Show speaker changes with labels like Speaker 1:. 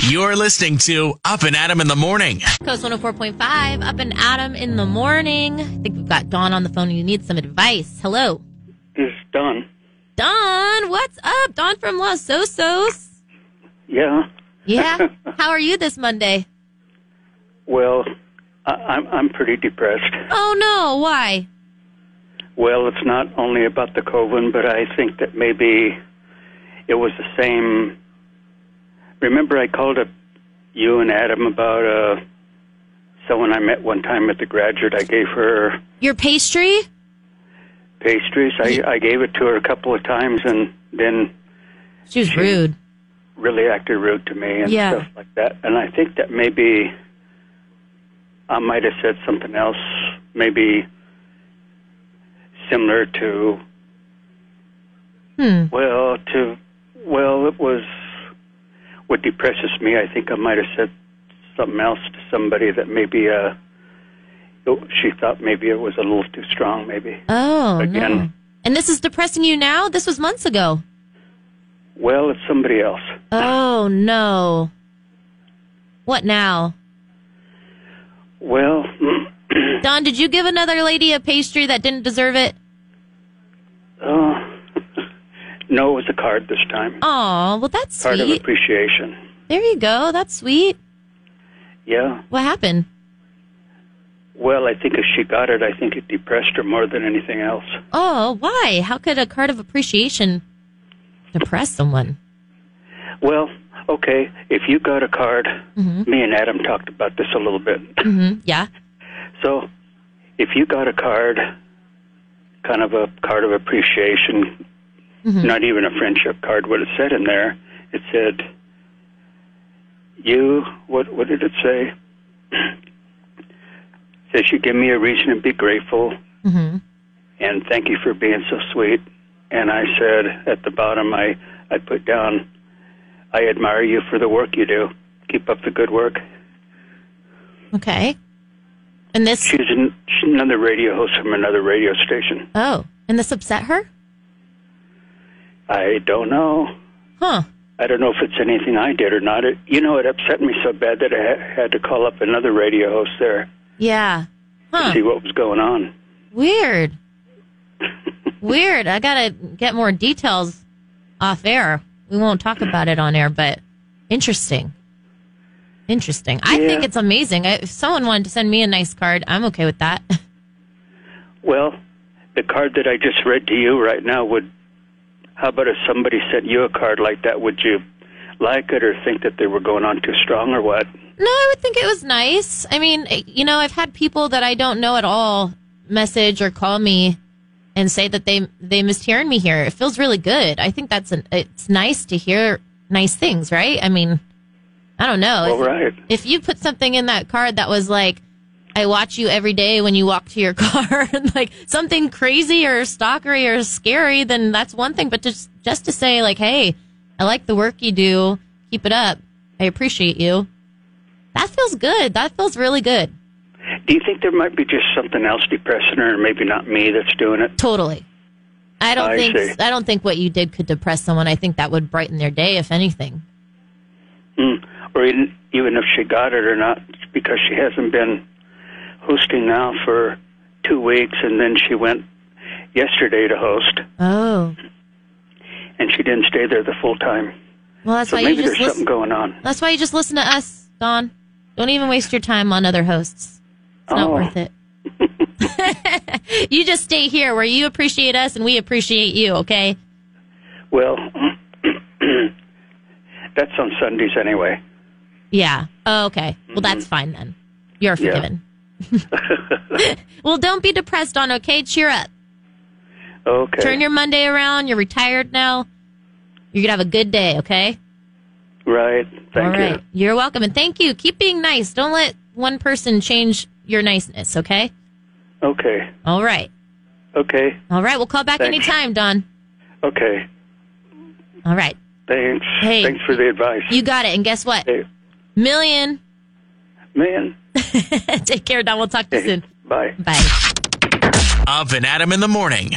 Speaker 1: You're listening to Up and Adam in the Morning.
Speaker 2: Coast 104.5, up and Adam in the morning. I think we've got Dawn on the phone. You need some advice. Hello.
Speaker 3: is done.
Speaker 2: Dawn, what's up? Dawn from Los Sosos.
Speaker 3: Yeah.
Speaker 2: Yeah. How are you this Monday?
Speaker 3: Well, I, I'm I'm pretty depressed.
Speaker 2: Oh, no. Why?
Speaker 3: Well, it's not only about the Coven, but I think that maybe it was the same. Remember, I called up you and Adam about uh, someone I met one time at the graduate. I gave her
Speaker 2: Your pastry?
Speaker 3: pastries. I, I gave it to her a couple of times, and then
Speaker 2: She was rude.
Speaker 3: really acted rude to me and
Speaker 2: Yeah.
Speaker 3: stuff like that. And I think that maybe I might have said something else, maybe similar to
Speaker 2: Hmm.
Speaker 3: well, to well, it was what depresses me. I think I might have said something else to somebody that maybe uh, it- she thought maybe it was a little too strong. Maybe
Speaker 2: Oh, no.
Speaker 3: Again.
Speaker 2: And this is depressing you now? This was months ago.
Speaker 3: well, it's somebody else.
Speaker 2: Oh, no. What now?
Speaker 3: Well,
Speaker 2: Dawn, did you give another lady a pastry that didn't deserve it?
Speaker 3: uh, no, it was a card this time.
Speaker 2: Oh, well, that's
Speaker 3: Part of
Speaker 2: sweet.
Speaker 3: appreciation.
Speaker 2: There you go. That's sweet.
Speaker 3: Yeah.
Speaker 2: What happened?
Speaker 3: Well, I think if she got it, I think it depressed her more than anything else.
Speaker 2: Oh, why? How could a card of appreciation depress someone?
Speaker 3: Well, okay, if you got a card, me and Adam talked about this a little bit.
Speaker 2: Hmm, yeah.
Speaker 3: So, if you got a card, kind of a card of appreciation, not even a friendship card, what it said in there, it said, "You, what? What did it say?" It says you give me a reason to be grateful,
Speaker 2: Mm-hmm.
Speaker 3: and thank you for being so sweet. And I said at the bottom, I I put down, I admire you for the work you do. Keep up the good work.
Speaker 2: Okay. And this,
Speaker 3: She's, an, she's another radio host from another radio station.
Speaker 2: oh, and this upset her?
Speaker 3: I don't know.
Speaker 2: Huh.
Speaker 3: I don't know if it's anything I did or not. It, you know, it upset me so bad that I ha- had to call up another radio host there
Speaker 2: Yeah.
Speaker 3: to
Speaker 2: Huh.
Speaker 3: see what was going on.
Speaker 2: Weird. Weird. I got to get more details off air. We won't talk about it on air, but interesting. Interesting. I
Speaker 3: Yeah.
Speaker 2: think it's amazing. I, if someone wanted to send me a nice card, I'm okay with that.
Speaker 3: Well, the card that I just read to you right now would. How about if somebody sent you a card like that? Would you like it or think that they were going on too strong or what?
Speaker 2: No, I would think it was nice. I mean, you know, I've had people that I don't know at all message or call me and say that they they missed hearing me here. It feels really good. I think that's an it's nice to hear nice things, right? I mean, I don't know.
Speaker 3: All
Speaker 2: If-
Speaker 3: right.
Speaker 2: if you put something in that card that was like I watch you every day when you walk to your car, and like something crazy or stalkery or scary, then that's one thing. But just just to say like, hey, I like the work you do. Keep it up. I appreciate you. That feels good. That feels really good.
Speaker 3: Do you think there might be just something else depressing her, and maybe not me that's doing it?
Speaker 2: Totally. I don't
Speaker 3: I
Speaker 2: think
Speaker 3: see.
Speaker 2: I don't think what you did could depress someone. I think that would brighten their day, if anything.
Speaker 3: Mm. Or even, even if she got it or not, because she hasn't been hosting now for two weeks, and then she went yesterday to host,
Speaker 2: Oh,
Speaker 3: and she didn't stay there the full time.
Speaker 2: well, that's
Speaker 3: So
Speaker 2: why
Speaker 3: maybe
Speaker 2: you just
Speaker 3: there's
Speaker 2: listen.
Speaker 3: something going on.
Speaker 2: That's why you just listen to us, Don. Don't even waste your time on other hosts. It's not
Speaker 3: Oh.
Speaker 2: worth it. you just stay here where you appreciate us and we appreciate you, okay?
Speaker 3: Well, that's on Sundays anyway.
Speaker 2: Yeah. Oh, okay. Well, that's fine then. You're
Speaker 3: Mm-hmm. Yeah.
Speaker 2: forgiven. well, don't be depressed, Don, okay? Cheer up.
Speaker 3: Okay.
Speaker 2: Turn your Monday around. You're retired now. You're going to have a good day, okay?
Speaker 3: right. Thank
Speaker 2: All
Speaker 3: you.
Speaker 2: right. You're welcome. And thank you. Keep being nice. Don't let one person change your niceness, okay?
Speaker 3: Okay.
Speaker 2: All right.
Speaker 3: Okay.
Speaker 2: All right. We'll call back
Speaker 3: Thanks.
Speaker 2: anytime, Don.
Speaker 3: Okay.
Speaker 2: All right.
Speaker 3: Thanks.
Speaker 2: Hey.
Speaker 3: Thanks for the advice.
Speaker 2: You got it. And guess what?
Speaker 3: hey,
Speaker 2: Million.
Speaker 3: man.
Speaker 2: Take care, Don. We'll talk to you
Speaker 3: Hey,
Speaker 2: soon.
Speaker 3: bye.
Speaker 2: Bye.
Speaker 1: Up and Adam in the Morning.